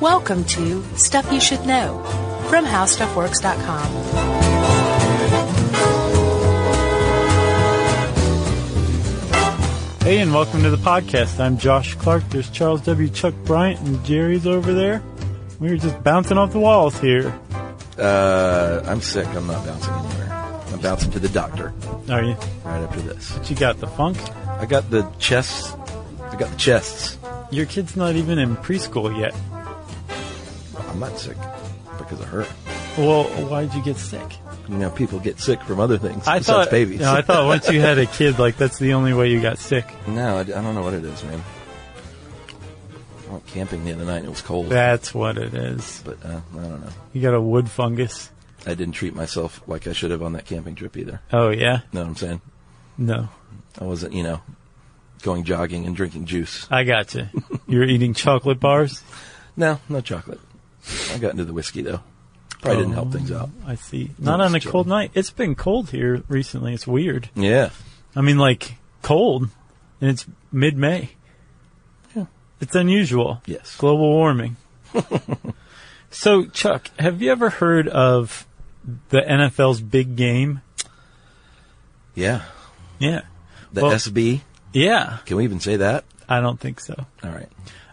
Welcome to Stuff You Should Know from HowStuffWorks.com. Hey, and welcome to the podcast. I'm Josh Clark. There's Charles W. Chuck Bryant, and Jerry's over there. We were just bouncing off the walls here. Uh, I'm sick. I'm not bouncing anywhere. I'm bouncing to the doctor Are you? right after this. But you got the funk. I got the chests. I got the chests. Your kid's not even in preschool yet. I'm not sick because of her. Well, why'd you get sick? You know, people get sick from other things I besides thought babies. No, I thought once you had a kid, like that's the only way you got sick. No, I, I don't know what it is, man. I went camping the other night and it was cold. That's what it is. But uh, I don't know. You got a wood fungus. I didn't treat myself like I should have on that camping trip either. Oh yeah. Know what I'm saying? No, I wasn't, you know, going jogging and drinking juice. I got you. You're eating chocolate bars. No, no chocolate. I got into the whiskey though. Probably didn't help things out. Oh, I see. Not No, on a just cold joking. night. It's been cold here recently. It's weird. Yeah. I mean, like cold, and it's mid-May. Yeah. It's unusual. Yes. Global warming. so, Chuck, have you ever heard of the NFL's big game? Yeah. Yeah. The Well- SB. Yeah. Can we even say that? I don't think so. All right.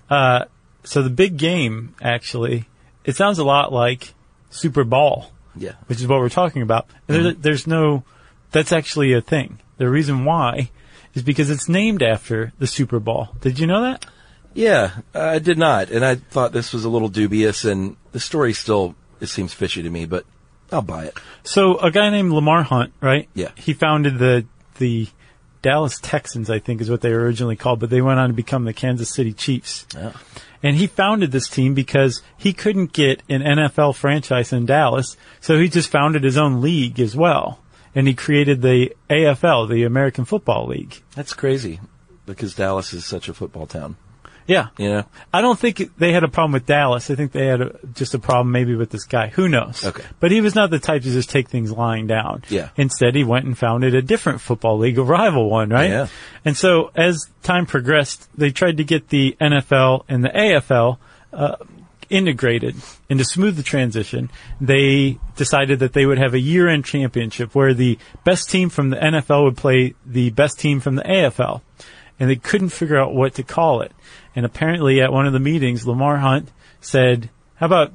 Uh, so the big game, actually, it sounds a lot like Super Bowl, Yeah. which is what we're talking about. And there- Mm-hmm. there's no, that's actually a thing. The reason why is because it's named after the Super Bowl. Did you know that? Yeah, I did not. And I thought this was a little dubious and the story still, it seems fishy to me, but I'll buy it. So a guy named Lamar Hunt, right? Yeah. He founded the the Dallas Texans, I think, is what they were originally called, but they went on to become the Kansas City Chiefs. Yeah. And he founded this team because he couldn't get an NFL franchise in Dallas, so he just founded his own league as well. And he created the AFL, the American Football League. That's crazy because Dallas is such a football town, Yeah. you know? I don't think they had a problem with Dallas. I think they had a, just a problem maybe with this guy. Who knows? Okay. But he was not the type to just take things lying down. Yeah. Instead, he went and founded a different football league, a rival one, right? Yeah. And so as time progressed, they tried to get the NFL and the AFL uh, integrated and to smooth the transition. They decided that they would have a year-end championship where the best team from the NFL would play the best team from the AFL. And they couldn't figure out what to call it. And apparently at one of the meetings, Lamar Hunt said, how about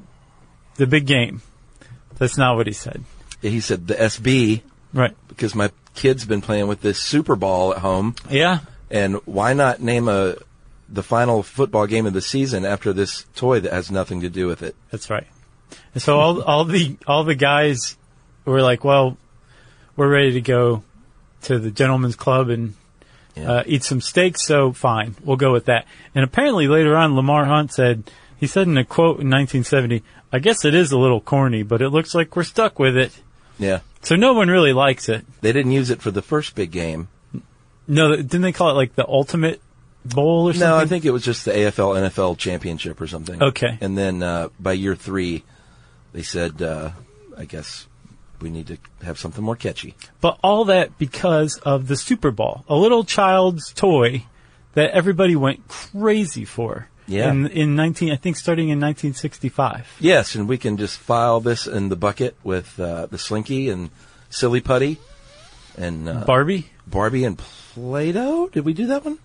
the big game? That's not what he said. He said the SB Right. because my kid's been playing with this Super Bowl at home Yeah. and why not name a, the final football game of the season after this toy that has nothing to do with it. That's right. And so all all the all the guys were like, "Well, we're ready to go to the gentleman's club and Yeah. uh, eat some steaks, so fine, we'll go with that." And apparently later on, Lamar Hunt said he said in a quote in 1970, "I guess it is a little corny, but it looks like we're stuck with it." Yeah. So no one really likes it. They didn't use it for the first big game. No, didn't they call it like the ultimate bowl or something? No, I think it was just the AFL NFL championship or something. Okay. And then uh, by year three, they said, uh, I guess we need to have something more catchy. But all that because of the Super Bowl, a little child's toy that everybody went crazy for. Yeah. In, in 19, I think starting in 1965. Yes, and we can just file this in the bucket with uh, the Slinky and Silly Putty and uh, Barbie? Barbie and Play Doh. Did we do that one?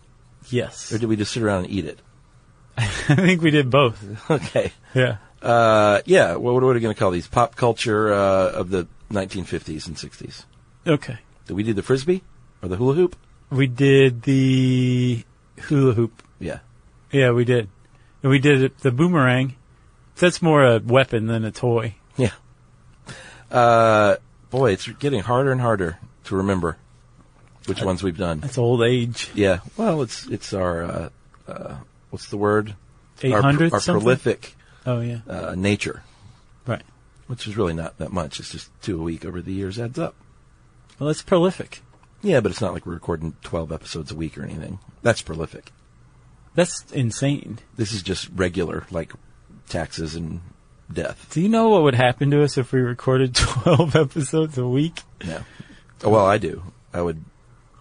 Yes. Or did we just sit around and eat it? I think we did both. okay. Yeah. Uh, yeah, what, what are we going to call these? Pop culture uh, of the 1950s and 60s. Okay. Did we do the Frisbee or the hula hoop? We did the hula hoop. Yeah. Yeah, we did. And we did it- the boomerang. That's more a weapon than a toy. Yeah. Uh, boy, it's getting harder and harder to remember which ones we've done. That's old age. Yeah. Well, it's it's our uh, uh, what's the word? Our, 800 pr- our something? prolific Oh, yeah. uh, nature, Right. which is really not that much. It's just two a week over the years adds up. Well, that's prolific. Yeah, but it's not like we're recording twelve episodes a week or anything. That's prolific. That's insane. This is just regular, like taxes and death. Do you know what would happen to us if we recorded 12 episodes a week? Yeah. Oh, well, I do. I would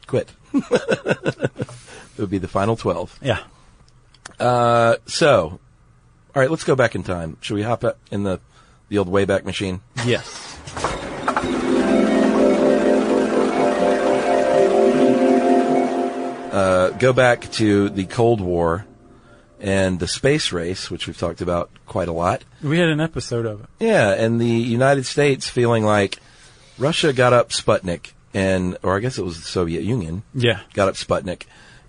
quit. it would be the final twelve. Yeah. Uh, so All right, let's go back in time. Should we hop up in the the old Wayback Machine? Yes. Uh, go back to the Cold War and the space race, which we've talked about quite a lot. We had an episode of it. Yeah, and the United States feeling like Russia got up Sputnik, and or I guess it was the Soviet Union. Yeah. got up Sputnik,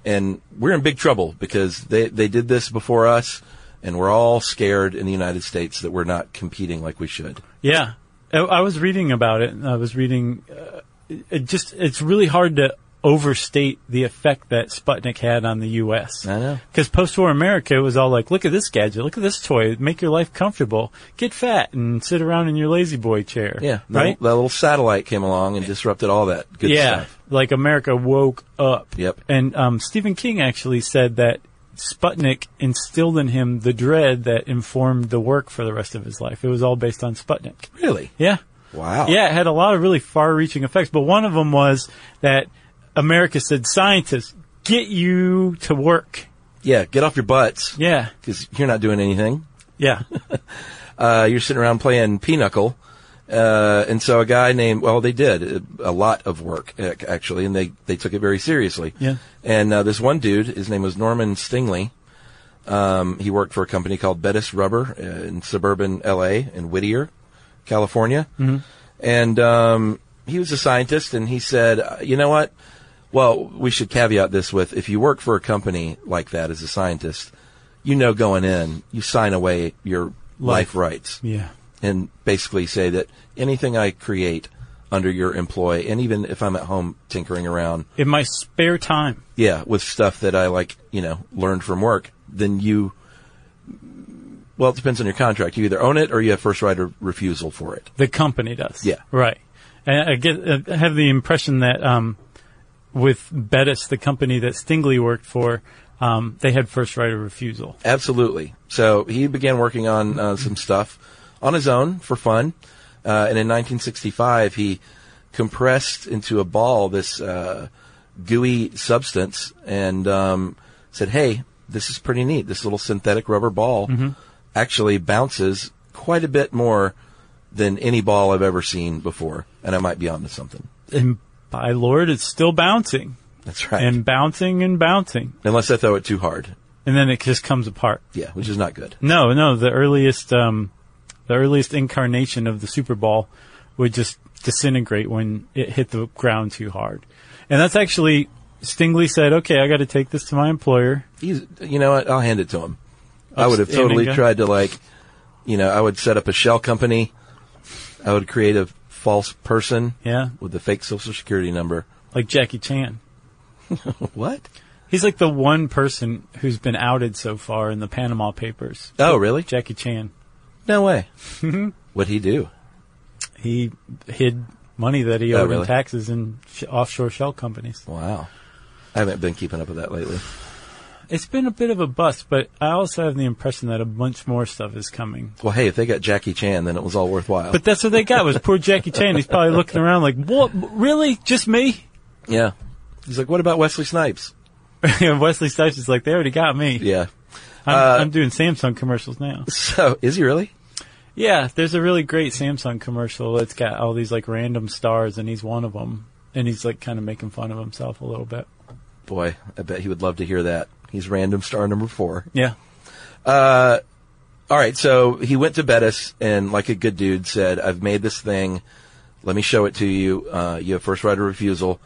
and we're in big trouble because they they did this before us, and we're all scared in the United States that we're not competing like we should. Yeah. I, I was reading about it and I was reading, uh, it- it just, it's really hard to overstate the effect that Sputnik had on the U.S. I know. Because post-war America was all like, look at this gadget, look at this toy, make your life comfortable, get fat and sit around in your lazy boy chair. Yeah, that, Right? that little satellite came along and disrupted all that good yeah, stuff. like America woke up. Yep. And um, Stephen King actually said that Sputnik instilled in him the dread that informed the work for the rest of his life. It was all based on Sputnik. Really? Yeah. Wow. Yeah, it had a lot of really far-reaching effects, but one of them was that America said, "Scientists, get you to work." Yeah. Get off your butts Yeah, because you're not doing anything. yeah, uh, you're sitting around playing pinochle. Uh, and so a guy named, well, they did a a lot of work, ac- actually, and they, they took it very seriously. Yeah. And, uh, this one dude, his name was Norman Stingley. Um, he worked for a company called Bettis Rubber uh, in suburban LA in Whittier, California. Mm-hmm. And, um, he was a scientist and he said, uh, you know what? Well, we should caveat this with if you work for a company like that as a scientist, you know going in, you sign away your life rights yeah, and basically say that anything I create under your employ, and even if I'm at home tinkering around, in my spare time. yeah, with stuff that I like, you know, learned from work, then you, well, it depends on your contract. You either own it or you have first right of refusal for it. The company does. Yeah. Right. And I get, I have the impression that, um, with Bettis, the company that Stingley worked for, um, they had first right of refusal. Absolutely. So he began working on uh, some stuff on his own for fun. Uh, and in 1965, he compressed into a ball this uh, gooey substance and um, said, Hey, this is pretty neat. This little synthetic rubber ball actually bounces quite a bit more than any ball I've ever seen before. And I might be onto something. And by Lord, it's still bouncing That's right. and bouncing and bouncing. Unless I throw it too hard. And then it just comes apart. Yeah, which is not good. No, no, the earliest, um, the earliest incarnation of the Super Ball would just disintegrate when it hit the ground too hard. And that's actually, Stingley said, okay, I got to take this to my employer. He's, you know what? I'll hand it to him. I would have Upstanding totally guy. tried to like, you know, I would set up a shell company. I would create a false person Yeah. with the fake social security number. Like Jackie Chan. What? He's like the one person who's been outed so far in the Panama Papers. Oh, really? Jackie Chan. No way. Mm-hmm. What'd he do? He hid money that he Oh, owed really? in taxes in sh- offshore shell companies. Wow. I haven't been keeping up with that lately. It's been a bit of a bust, but I also have the impression that a bunch more stuff is coming. Well, hey, if they got Jackie Chan, then it was all worthwhile. But that's what they got was poor Jackie Chan. He's probably looking around like, what? Really? Just me? yeah. He's like, what about Wesley Snipes? and Wesley Snipes is like, they already got me. Yeah. I'm, Uh, I'm doing Samsung commercials now. So, is he really? Yeah, there's a really great Samsung commercial that's got all these like random stars, and he's one of them. And he's like kind of making fun of himself a little bit. Boy, I bet he would love to hear that. He's random star number four. Yeah. All right, so he went to Bettis and, like a good dude, said, "I've made this thing. Let me show it to you. Uh, you have first right of refusal."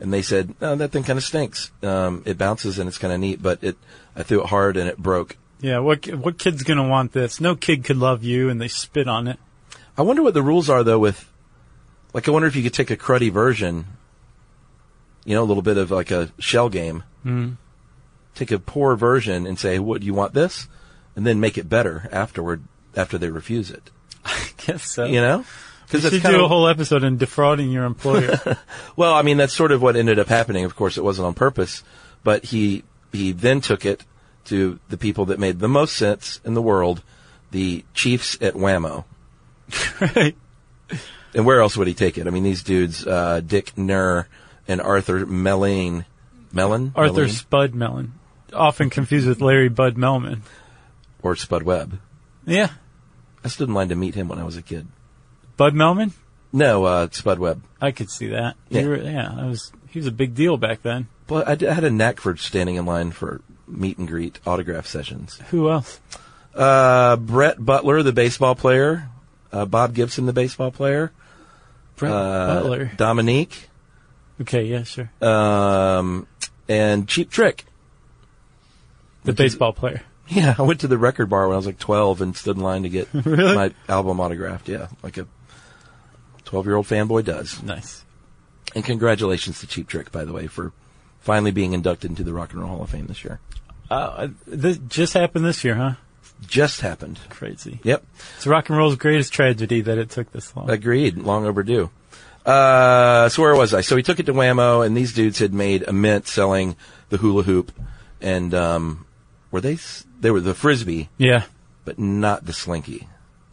And they said, "No, that thing kind of stinks. Um, it bounces and it's kind of neat, but it I threw it hard and it broke." Yeah. What ki- what kid's gonna want this? No kid could love you, and they spit on it. I wonder what the rules are though. With like, I wonder if you could take a cruddy version, you know, a little bit of like a shell game, Hmm. take a poor version and say, "What do you want this?" and then make it better afterward after they refuse it. I guess so. You know. Because You should do a whole episode on defrauding your employer. Well, I mean, that's sort of what ended up happening. Of course, it wasn't on purpose, but he he then took it to the people that made the most sense in the world, the chiefs at Whammo. Right. And where else would he take it? I mean, these dudes, uh, Dick Nerr and Arthur Mellane, Mellon, Arthur Mellane? Spud Mellon, often confused with Larry Bud Melman. or Spud Webb. Yeah. I stood in line to meet him when I was a kid. Bud Melman? No, uh, Spud Webb. I could see that. Yeah. You were, yeah, I was, he was a big deal back then. But I, d- I had a knack for standing in line for meet and greet autograph sessions. Who else? Uh, Brett Butler, the baseball player. Uh, Bob Gibson, the baseball player. Brett Uh, Butler. Dominique. Okay, yeah, sure. Um, and Cheap Trick. the baseball player. Yeah, I went to the record bar when I was like 12 and stood in line to get Really? my album autographed. Yeah, like a 12 year old fanboy does. Nice. And congratulations to Cheap Trick, by the way, for finally being inducted into the Rock and Roll Hall of Fame this year. Uh, this just happened this year, huh? Just happened. Crazy. Yep. It's rock and roll's greatest tragedy that it took this long. Agreed. Long overdue. Uh, so where was I? So he took it to Whammo, and these dudes had made a mint selling the hula hoop, and um, were they? s- They were the frisbee, yeah. but not the slinky.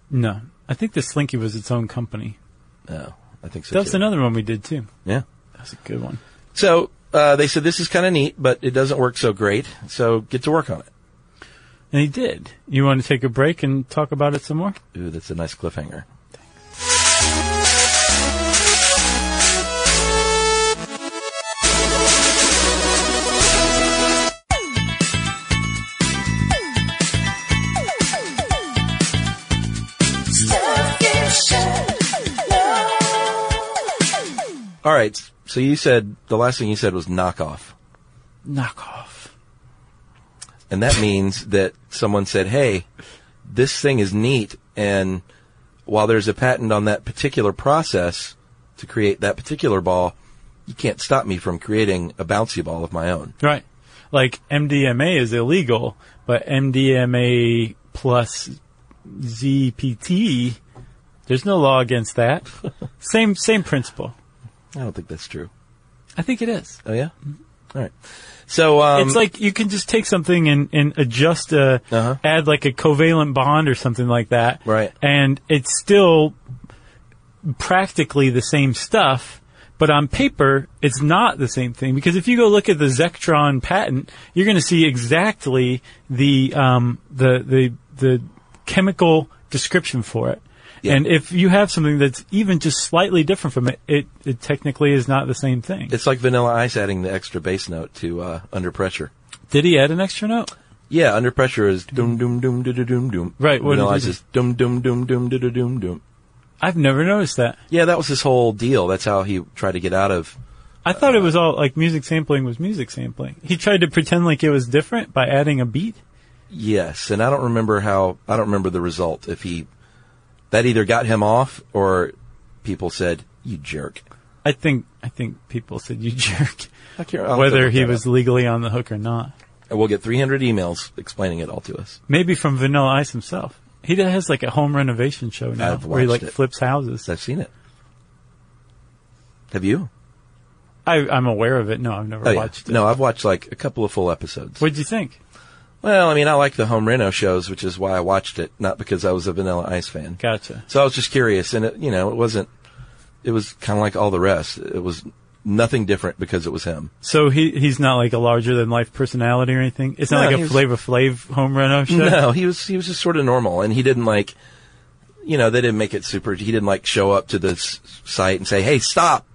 No. I think the Slinky was its own company. Oh, I think so. That was too. another one we did too. Yeah. That was a good one. So uh, they said this is kind of neat, but it doesn't work so great. So get to work on it. And he did. You want to take a break and talk about it some more? Ooh, that's a nice cliffhanger. All right. So you said the last thing you said was knockoff, Knock off. and that means that someone said, "Hey, this thing is neat," and while there's a patent on that particular process to create that particular ball, you can't stop me from creating a bouncy ball of my own. Right. Like MDMA is illegal, but MDMA plus ZPT, there's no law against that. same same principle. I don't think that's true. I think it is. Oh yeah. All right. So um, Mm-hmm. it's like you can just take something and, and adjust a Uh-huh. add like a covalent bond or something like that. Right. And it's still practically the same stuff, but on paper it's not the same thing because if you go look at the Zectron patent, you're going to see exactly the um, the the the chemical description for it. Yeah. And if you have something that's even just slightly different from it, it, it technically is not the same thing. It's like Vanilla Ice adding the extra bass note to uh, Under Pressure. Did he add an extra note? Yeah, Under Pressure is doom doom doom doo doo doom doom. Right, what Vanilla did Ice you- is doom doom doom doom doo doo doom doom. I've never noticed that. Yeah, that was his whole deal. That's how he tried to get out of. I thought it was all like music sampling was music sampling. He tried to pretend like it was different by adding a beat. Yes, and I don't remember how. I don't remember the result. If he that either got him off or people said you jerk. I think I think people said you jerk, I can't I'll have to whether look he that was up. legally on the hook or not. And we'll get 300 emails explaining it all to us. Maybe from Vanilla Ice himself. He d- has like a home renovation show now I've where he watched like it. flips houses. I've seen it. Have you? I, I'm aware of it. No, I've never Oh, yeah. watched it. No, I've watched like a couple of full episodes. What'd you think? Well, I mean, I like the home reno shows, which is why I watched it, not because I was a Vanilla Ice fan. Gotcha. So I was just curious, and it, you know, it wasn't. It was kind of like all the rest. It was nothing different because it was him. So he he's not like a larger than life personality or anything. It's not No, like he a was- Flavor Flav home reno show. No, he was he was just sort of normal, and he didn't like. You know, they didn't make it super. He didn't like show up to this site and say, "Hey, stop."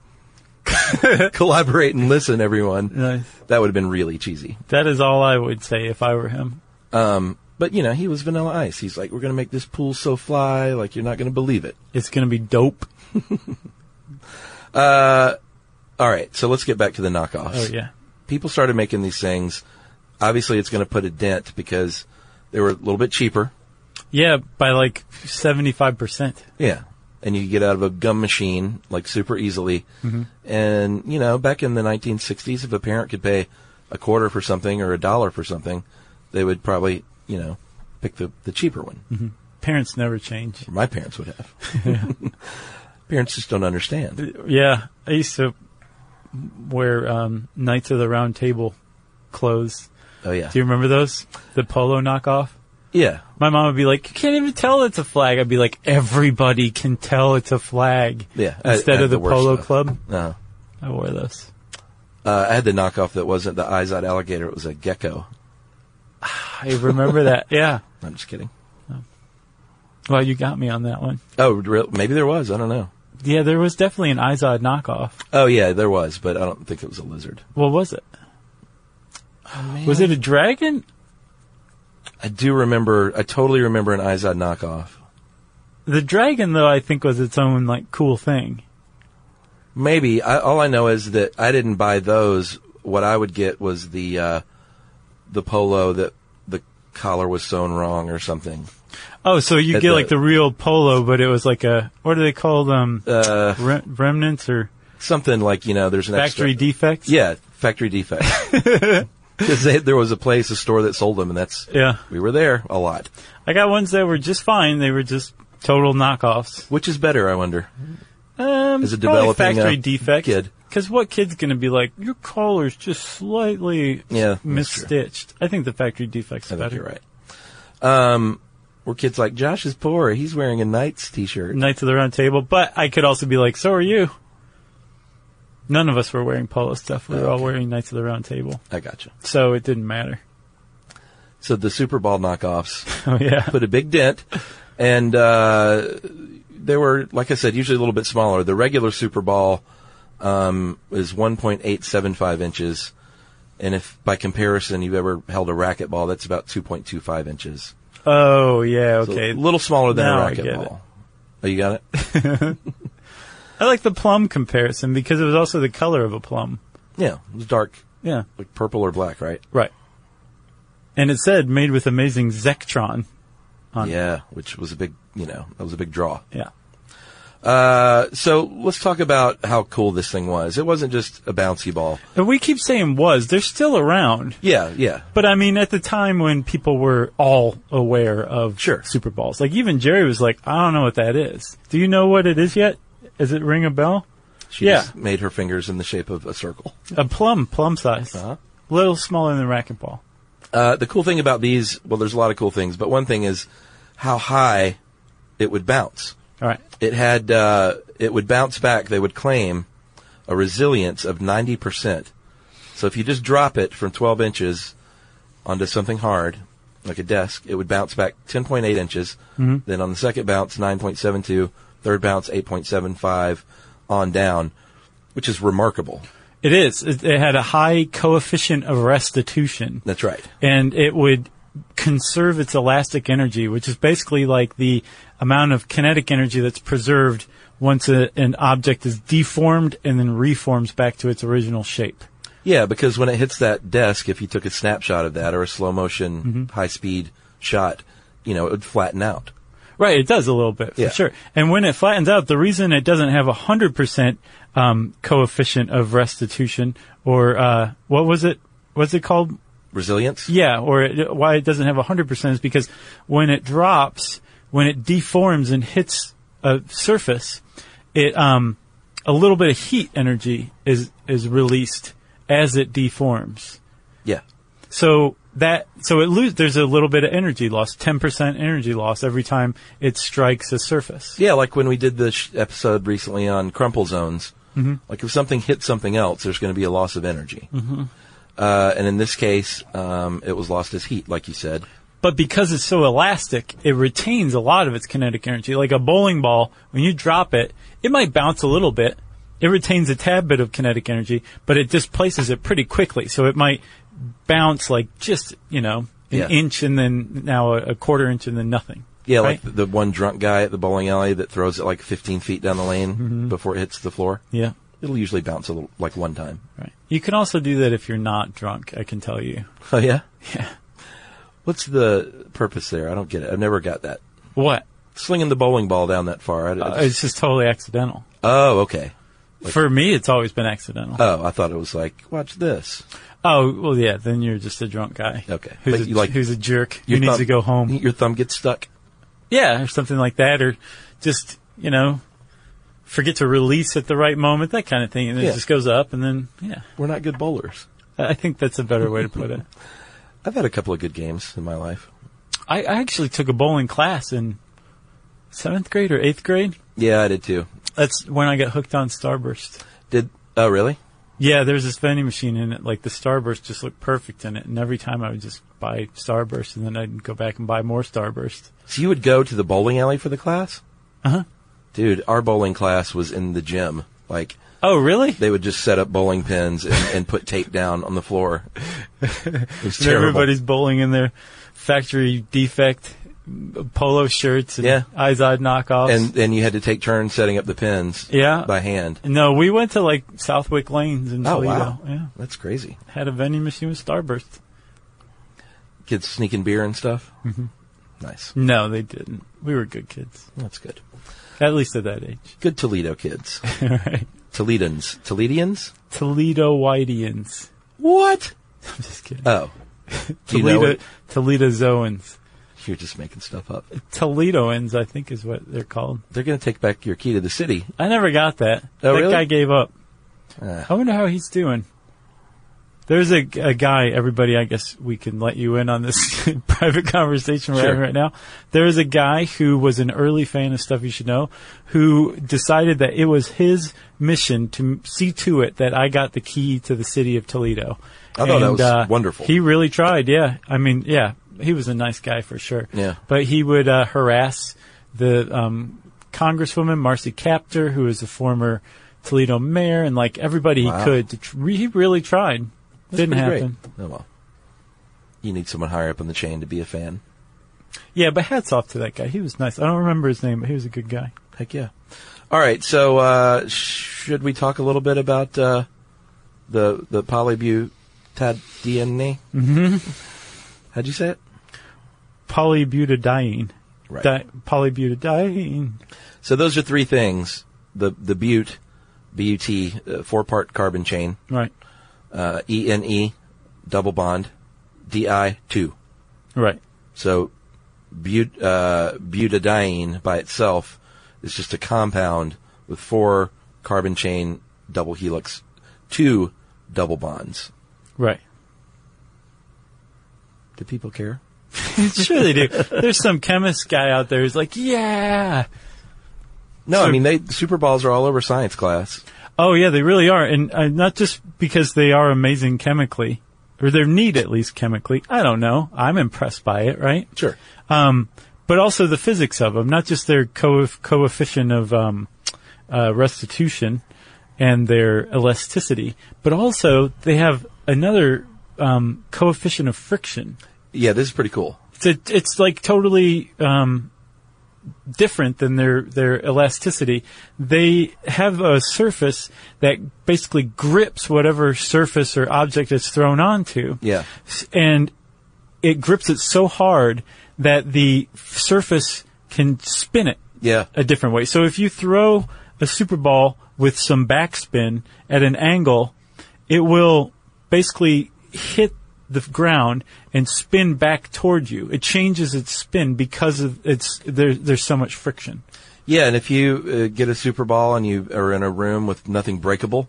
Collaborate and listen, everyone. Nice. That would have been really cheesy. That is all I would say if I were him. Um, but you know, he was Vanilla Ice. He's like, we're gonna make this pool so fly, like you're not gonna believe it. It's gonna be dope. All right, so let's get back to the knockoffs. Oh yeah. People started making these things. Obviously, it's gonna put a dent because they were a little bit cheaper. Yeah, by like 75%. Yeah. And you could get out of a gum machine like super easily. Mm-hmm. And, you know, back in the 1960s, if a parent could pay a quarter for something or a dollar for something, they would probably, you know, pick the, the cheaper one. Parents never change. My parents would have. parents just don't understand. Yeah, I used to wear um, Knights of the Round Table clothes. Oh, yeah. Do you remember those? The polo knockoff? Yeah. My mom would be like, "You can't even tell it's a flag." I'd be like, "Everybody can tell it's a flag." Yeah, I- Instead I had of the, the worst polo stuff. club, No. I wore those. Uh, I had the knockoff that wasn't the eyes out alligator. It was a gecko. I remember that. Yeah. I'm just kidding. Well, you got me on that one. Oh, real- maybe there was. I don't know. Yeah, there was definitely an Izod knockoff. Oh yeah, there was, but I don't think it was a lizard. What was it? Oh, was it a dragon? I do remember. I totally remember an Izod knockoff. The dragon, though, I think was its own like cool thing. Maybe I, all I know is that I didn't buy those. What I would get was the uh, the polo that the collar was sewn wrong or something. Oh, so you At get the- like the real polo, but it was like a what do they call them? Uh, Re- remnants or something like you know, there's an factory extra, defects? yeah factory defect because there was a place a store that sold them, and that's Yeah. we were there a lot. I got ones that were just fine. They were just total knockoffs. Which is better, I wonder. Um, As a probably developing, factory uh, defect kid. Because what kid's going to be like? Your collar's just slightly Yeah, that's misstitched. I think the factory defects I think better. you're right. Um, where kids like Josh is poor. He's wearing a Knights t-shirt. Knights of the Round Table, but I could also be like, so are you. None of us were wearing polo stuff. We were all Oh, Okay. wearing Knights of the Round Table, I gotcha. so it didn't matter. So the Super Bowl knockoffs. Oh yeah, put a big dent. And uh, they were, like I said, usually a little bit smaller. The regular Super Ball um, is 1.875 inches. And if by comparison you've ever held a racquet ball, that's about 2.25 inches. oh yeah, So okay. A little smaller than Now a I racquet get ball. Oh, you got it? I like the plum comparison because it was also the color of a plum. yeah. It was dark, Yeah, like purple or black, right? right. And it said made with amazing Zectron. On it. Yeah, which was a big, you know, that was a big draw. Yeah. Uh, so let's talk about how cool this thing was. It wasn't just a bouncy ball. And we keep saying was. They're still around. Yeah, yeah. But I mean, at the time when people were all aware of Sure. Super Bowls, like even Jerry was like, I don't know what that is. Do you know what it is yet? Does it ring a bell? She Yeah. just made her fingers in the shape of a circle. A plum, plum size. Uh-huh. A little smaller than racquetball. Uh, the cool thing about these, well, there's a lot of cool things, but one thing is how high it would bounce. All right. It had, uh, it would bounce back, they would claim, a resilience of 90%. So if you just drop it from 12 inches onto something hard, like a desk, it would bounce back 10.8 inches. Then on the second bounce, 9.72. Third bounce, 8.75 on down, which is remarkable. It is. It, it had a high coefficient of restitution. That's right. and it would conserve its elastic energy, which is basically like the amount of kinetic energy that's preserved once a, an object is deformed and then reforms back to its original shape. Yeah, because when it hits that desk, if you took a snapshot of that or a slow motion, high speed shot, you know, it would flatten out. Right, it does a little bit, Yeah. for sure. And when it flattens out, the reason it doesn't have a 100% um, coefficient of restitution, or uh, what was it? What's it called? Resilience? Yeah, or it, why it doesn't have 100% is because when it drops, when it deforms and hits a surface, it um, a little bit of heat energy is is released as it deforms. Yeah. So that so it lose there's a little bit of energy loss, 10% energy loss every time it strikes a surface. Yeah, like when we did the sh- episode recently on crumple zones, mm-hmm. like if something hits something else, there's going to be a loss of energy. Mm-hmm. Uh, and in this case, um, it was lost as heat, like you said. But because it's so elastic, it retains a lot of its kinetic energy. Like a bowling ball, when you drop it, it might bounce a little bit. It retains a tad bit of kinetic energy, but it displaces it pretty quickly. So it might bounce like just, you know, an Yeah. inch and then now a, a quarter inch and then nothing. Yeah, Right? like the, the one drunk guy at the bowling alley that throws it like 15 feet down the lane before it hits the floor. Yeah. It'll usually bounce a little, like one time. Right. You can also do that if you're not drunk, I can tell you. Oh yeah. Yeah. What's the purpose there? I don't get it. I've never got that. What? Slinging the bowling ball down that far. I, I Uh, just- it's just totally accidental. oh, okay. For me, it's always been accidental. Oh, I thought it was like watch this. oh, well, yeah, then you're just a drunk guy. Okay. But Who's, a, you like- who's a jerk who Your needs thumb- to go home. Your thumb gets stuck. Yeah, or something like that, or just, you know, forget to release at the right moment, that kind of thing. And then Yeah. it just goes up, and then, yeah. We're not good bowlers. I I think that's a better way to put it. I've had a couple of good games in my life. I, I actually took a bowling class in seventh grade or eighth grade. Yeah, I did too. That's when I got hooked on Starburst. Did oh really? Yeah, there's this vending machine in it. Like the Starburst just looked perfect in it, and every time I would just buy Starburst, and then I'd go back and buy more Starburst. So you would go to the bowling alley for the class? Uh Uh-huh. huh. Dude, our bowling class was in the gym. Like, Oh, really? they would just set up bowling pins and, and put tape down on the floor. It was And terrible. everybody's bowling in their factory defect polo shirts and Yeah. Izod knockoffs. and and you had to take turns setting up the pins Yeah. by hand. no, we went to like Southwick Lanes in Oh Toledo. wow, Yeah, that's crazy. had a vending machine with Starburst. Kids sneaking beer and stuff. Mm-hmm. Nice, No, they didn't. We were good kids, that's good. at least at that age. Good Toledo kids, right? Toledans, Toledians. Toledo Whiteians. What? I'm just kidding. Oh, Do you know Toledo it? Toledo Zoans. you're just making stuff up. Toledoans, I think, is what they're called. They're going to take back your key to the city. I never got that. Oh, that really? guy gave up. Ah. I wonder how he's doing. There's a, a guy, everybody, I guess we can let you in on this private conversation we're Sure. having right now. There is a guy who was an early fan of Stuff You Should Know who decided that it was his mission to m- see to it that I got the key to the city of Toledo. uh, I thought that was wonderful. He really tried, yeah. I mean, yeah, he was a nice guy for sure. Yeah. But he would uh, harass the um, Congresswoman Marcy Kaptur, who is a former Toledo mayor, and like everybody Wow. he could. To tr- he really tried. Didn't Pretty great. happen. Oh well, you need someone higher up in the chain to be a fan. Yeah, but hats off to that guy. He was nice. I don't remember his name, but he was a good guy. Heck yeah. All right, so uh, should we talk a little bit about uh, the the polybutadiene? Mm-hmm. How'd you say it? Polybutadiene. Right. Di- polybutadiene. so those are three things: the the bute, but uh, four part carbon chain, Right. uh, ene, double bond, di two. Right. So but, uh, butadiene by itself is just a compound with four carbon chain double helix, two double bonds. Right. Do people care? sure they do. There's some chemist guy out there who's like, yeah. No, I So- mean they super balls are all over science class. Oh yeah, they really are, and uh, not just because they are amazing chemically, or they're neat at least chemically. I don't know. I'm impressed by it, right? Sure. Um, but also the physics of them, not just their co- coefficient of um, uh, restitution and their elasticity, but also they have another um, coefficient of friction. Yeah, this is pretty cool. It's a, it's like totally um, different than their their elasticity. They have a surface that basically grips whatever surface or object it's thrown onto. Yeah. S- and it grips it so hard that the f- surface can spin it Yeah. a different way. So if you throw a super ball with some backspin at an angle, it will basically hit the f- ground and spin back toward you. It changes its spin because of its there, there's so much friction. Yeah, and if you uh, get a super ball and you are in a room with nothing breakable,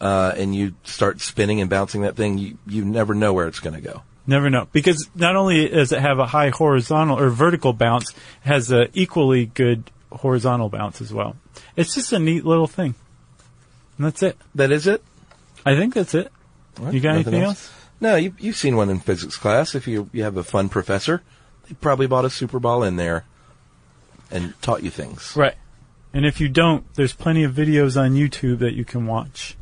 uh, and you start spinning and bouncing that thing, you, you never know where it's going to go. Never know because not only does it have a high horizontal or vertical bounce, it has a equally good horizontal bounce as well. It's just a neat little thing. And that's it. That is it. I think that's it. All right, You got nothing anything else? No, you, you've seen one in physics class. If you you have a fun professor, they probably bought a super ball in there and taught you things. Right. And if you don't, there's plenty of videos on YouTube that you can watch.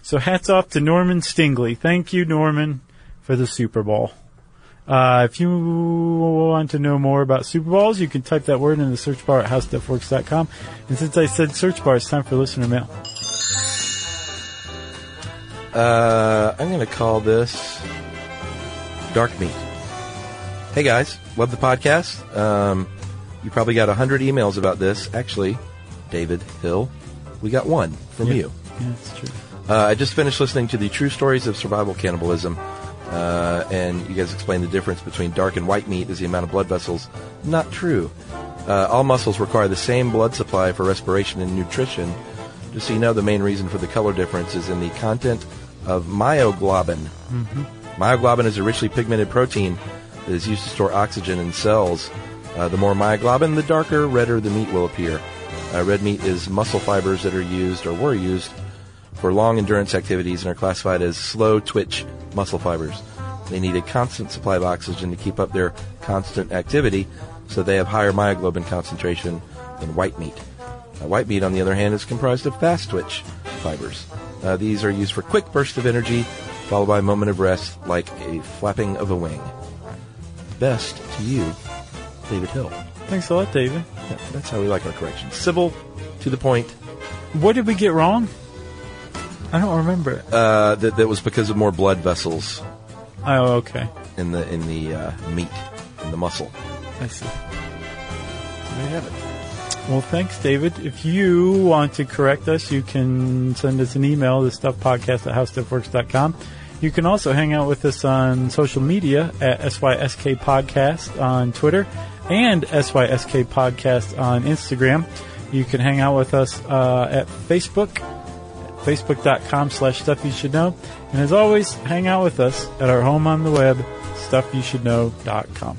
So hats off to Norman Stingley. Thank you, Norman, for the Super Bowl. Uh, if you want to know more about Super Bowls, you can type that word in the search bar at howstuffworks.com. And since I said search bar, it's time for listener mail. Uh, I'm going to call this dark meat. Hey guys, love the podcast. Um, you probably got a hundred emails about this. Actually, David Hill, we got one from you. Yeah, it's true. Uh, I just finished listening to the true stories of survival cannibalism, uh, and you guys explained the difference between dark and white meat is the amount of blood vessels. Not true. Uh, all muscles require the same blood supply for respiration and nutrition. Just so you know, the main reason for the color difference is in the content of myoglobin. Myoglobin is a richly pigmented protein that is used to store oxygen in cells. Uh, the more myoglobin, the darker, redder the meat will appear. Uh, red meat is muscle fibers that are used or were used for long endurance activities and are classified as slow twitch muscle fibers. They need a constant supply of oxygen to keep up their constant activity, so they have higher myoglobin concentration than white meat. Uh, white meat, on the other hand, is comprised of fast twitch fibers. Uh, these are used for quick bursts of energy, followed by a moment of rest, like a flapping of a wing. Best to you, David Hill. Thanks a lot, David. Yeah, that's how we like our corrections. Civil, to the point. What did we get wrong? I don't remember it. Uh, that, that was because of more blood vessels oh, okay. in the in the uh, meat, in the muscle. I see. There you have it. Well, thanks, David. If you want to correct us, you can send us an email to stuffpodcast at howstuffworks.com. You can also hang out with us on social media at SYSK Podcast on Twitter and SYSK Podcast on Instagram. You can hang out with us uh, at Facebook, facebook.com slash stuff you should know. And as always, hang out with us at our home on the web, stuffyoushouldknow.com.